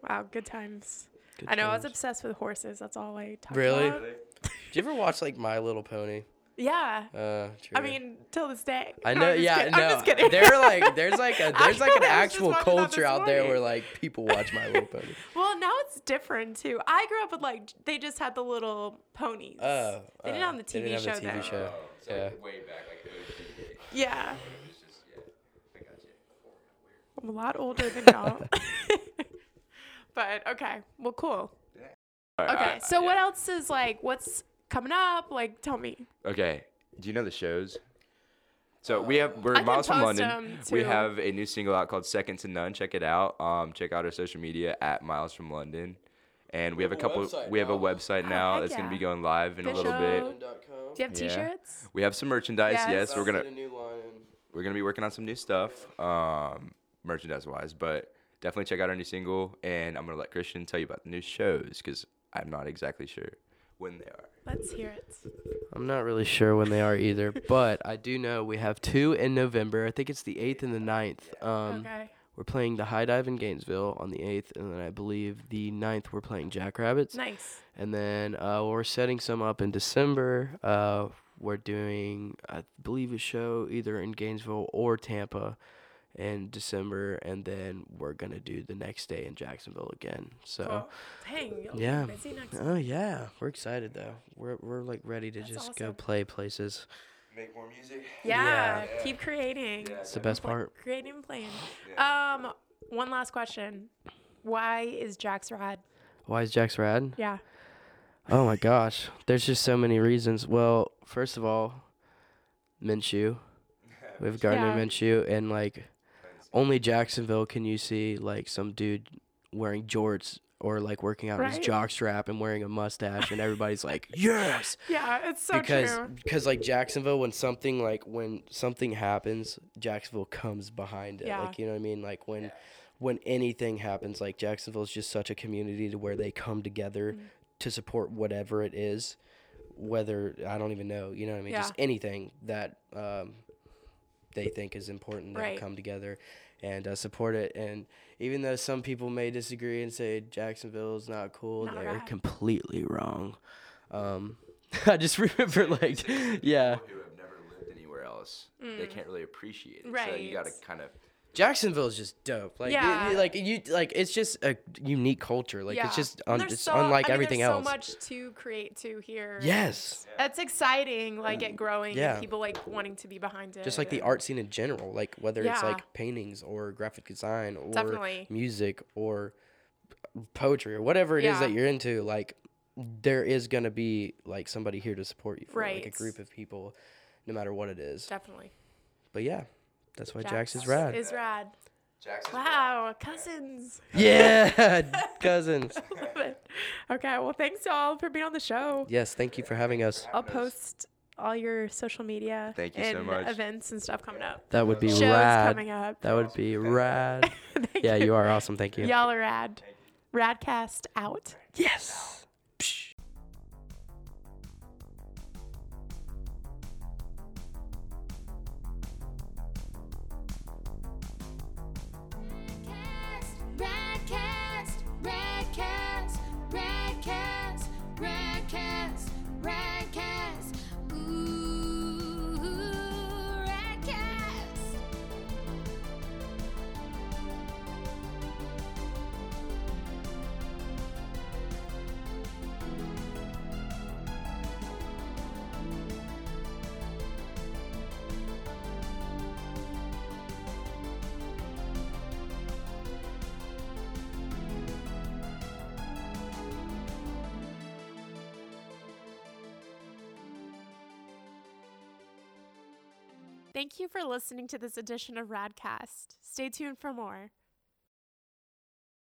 Speaker 3: Wow, good times.
Speaker 1: Good
Speaker 3: I know. I was
Speaker 1: times.
Speaker 3: obsessed with horses. That's all I talked
Speaker 1: Really?
Speaker 3: about.
Speaker 1: Did you ever watch like My Little Pony?
Speaker 3: Yeah.
Speaker 1: Uh,
Speaker 3: I
Speaker 1: true.
Speaker 3: mean, till this day.
Speaker 1: I
Speaker 3: No,
Speaker 1: know.
Speaker 3: I'm just
Speaker 1: yeah,
Speaker 3: kidding.
Speaker 1: no.
Speaker 3: I'm just kidding.
Speaker 1: They're like, there's like a,
Speaker 3: I
Speaker 1: there's like
Speaker 3: know,
Speaker 1: an
Speaker 3: I was just
Speaker 1: actual
Speaker 3: watching that this
Speaker 1: culture out there where
Speaker 3: morning.
Speaker 1: like people watch My Little Pony.
Speaker 3: Well, now it's different too. I grew up with like they just had the little ponies.
Speaker 1: Oh,
Speaker 3: they didn't
Speaker 1: oh,
Speaker 3: have the
Speaker 1: they
Speaker 3: TV
Speaker 1: didn't have the
Speaker 3: show
Speaker 1: TV
Speaker 3: then.
Speaker 1: show.
Speaker 2: Oh, so
Speaker 1: Yeah.
Speaker 2: way back, like OG.
Speaker 3: Yeah,
Speaker 2: It's just, yeah, I got you.
Speaker 3: I'm a lot older than y'all. but okay, well, cool. Okay,
Speaker 1: Uh,
Speaker 3: so what else is like? What's coming up? Like, tell me.
Speaker 2: Okay. Do you know the shows? So we have we're
Speaker 3: I can
Speaker 2: miles from
Speaker 3: post
Speaker 2: London.
Speaker 3: them
Speaker 2: We
Speaker 3: too.
Speaker 2: have a new single out called Second to None. Check it out. Um, check out our social media at Miles from London, and we have a couple.
Speaker 1: website
Speaker 2: We have a
Speaker 1: now.
Speaker 2: website now
Speaker 3: heck
Speaker 2: that's gonna
Speaker 3: yeah.
Speaker 2: be going live in a little
Speaker 3: Official.
Speaker 2: bit.
Speaker 3: Do you have
Speaker 2: Yeah.
Speaker 3: T-shirts?
Speaker 2: We have some merchandise.
Speaker 3: Yes.
Speaker 2: Yes, we're gonna
Speaker 1: new line.
Speaker 2: we're gonna be working on some new stuff, um, merchandise wise. But definitely check out our new single, and I'm gonna let Christian tell you about the new shows because I'm not exactly sure when they are.
Speaker 3: Let's hear it.
Speaker 1: I'm not really sure when they are either, but I do know we have two in November. I think it's the 8th and the 9th. Um,
Speaker 3: okay.
Speaker 1: We're playing the High Dive in Gainesville on the 8th, and then I believe the 9th we're playing Jackrabbits.
Speaker 3: Nice.
Speaker 1: And then uh, we're setting some up in December. Uh, we're doing, I believe, a show either in Gainesville or Tampa in December, and then we're going to do the next day in Jacksonville again. So.
Speaker 3: Well, dang. You'll
Speaker 1: Yeah.
Speaker 3: Be busy next
Speaker 1: Oh yeah, we're excited though. We're we're like ready to
Speaker 3: That's
Speaker 1: just go
Speaker 3: awesome.
Speaker 1: play places.
Speaker 2: Make more music.
Speaker 3: Yeah, keep creating.
Speaker 1: It's the best
Speaker 3: Pla-
Speaker 1: part.
Speaker 3: Creating and playing. Um, one last question. Why is Jax rad?
Speaker 1: Why is Jax rad?
Speaker 3: Yeah.
Speaker 1: Oh my gosh, there's just so many reasons. Well, first of all, Minshew. We have Gardner
Speaker 3: Yeah.
Speaker 1: Minshew, and like only Jacksonville can you see like some dude wearing jorts or like working out in his
Speaker 3: Right.
Speaker 1: jock strap and wearing a mustache, and everybody's like, yes.
Speaker 3: Yeah, it's so
Speaker 1: because
Speaker 3: true.
Speaker 1: because like Jacksonville, when something like when something happens, Jacksonville comes behind it.
Speaker 3: Yeah.
Speaker 1: Like you know what I mean? Like when when anything happens, like Jacksonville is just such a community to where they come together
Speaker 3: Mm-hmm.
Speaker 1: to support whatever it is, whether I don't even know. You know what I mean?
Speaker 3: Yeah.
Speaker 1: Just anything that um, they think is important, they'll
Speaker 3: Right.
Speaker 1: come together and uh, support it. And even though some people may disagree and say Jacksonville is not cool,
Speaker 3: Not
Speaker 1: they're
Speaker 3: right.
Speaker 1: completely wrong. Um, I just remember like, yeah,
Speaker 2: Who have never lived anywhere else, they can't really appreciate it. So
Speaker 3: Mm. Right.
Speaker 2: you gotta kind of.
Speaker 1: Jacksonville is just dope. Like, it-
Speaker 3: Yeah.
Speaker 1: like you, like it's just a unique culture. Like
Speaker 3: yeah.
Speaker 1: it's just
Speaker 3: And
Speaker 1: un-
Speaker 3: there's
Speaker 1: it's
Speaker 3: so-
Speaker 1: unlike
Speaker 3: I mean,
Speaker 1: everything
Speaker 3: there's
Speaker 1: else.
Speaker 3: So much to create to here.
Speaker 1: yes,
Speaker 3: That's exciting, like it growing
Speaker 1: yeah.
Speaker 3: and people like wanting to be behind it.
Speaker 1: just like the
Speaker 3: and-
Speaker 1: art scene in general. Like whether it's
Speaker 3: Yeah.
Speaker 1: like paintings or graphic design or
Speaker 3: Definitely.
Speaker 1: music or poetry or whatever it is
Speaker 3: Yeah.
Speaker 1: that you're into. Like there is gonna be like somebody here to support you for it, like a
Speaker 3: Right.
Speaker 1: group of people, no matter what it is.
Speaker 3: Definitely.
Speaker 1: But yeah, that's why Jax,
Speaker 3: Jax
Speaker 1: is rad.
Speaker 3: Is rad.
Speaker 2: Jackson's
Speaker 3: Wow, cousins.
Speaker 1: yeah, cousins.
Speaker 3: Love it. okay, well, thanks y'all for being on the show.
Speaker 1: Yes, thank you for having us.
Speaker 3: I'll post all your social media
Speaker 2: Thank you so
Speaker 3: and
Speaker 2: much.
Speaker 3: events and stuff coming up.
Speaker 1: That would be
Speaker 3: Shows
Speaker 1: rad.
Speaker 3: coming up.
Speaker 1: That would be rad.
Speaker 3: Thank
Speaker 1: yeah, you are awesome. Thank you.
Speaker 3: Y'all are rad. Radcast out.
Speaker 1: Yes.
Speaker 4: Radcast, Radcast, Radcast, Radcast, Radcast, Radcast. Ooh, Radcast.
Speaker 3: Thank you for listening to this edition of Radcast. Stay tuned for more.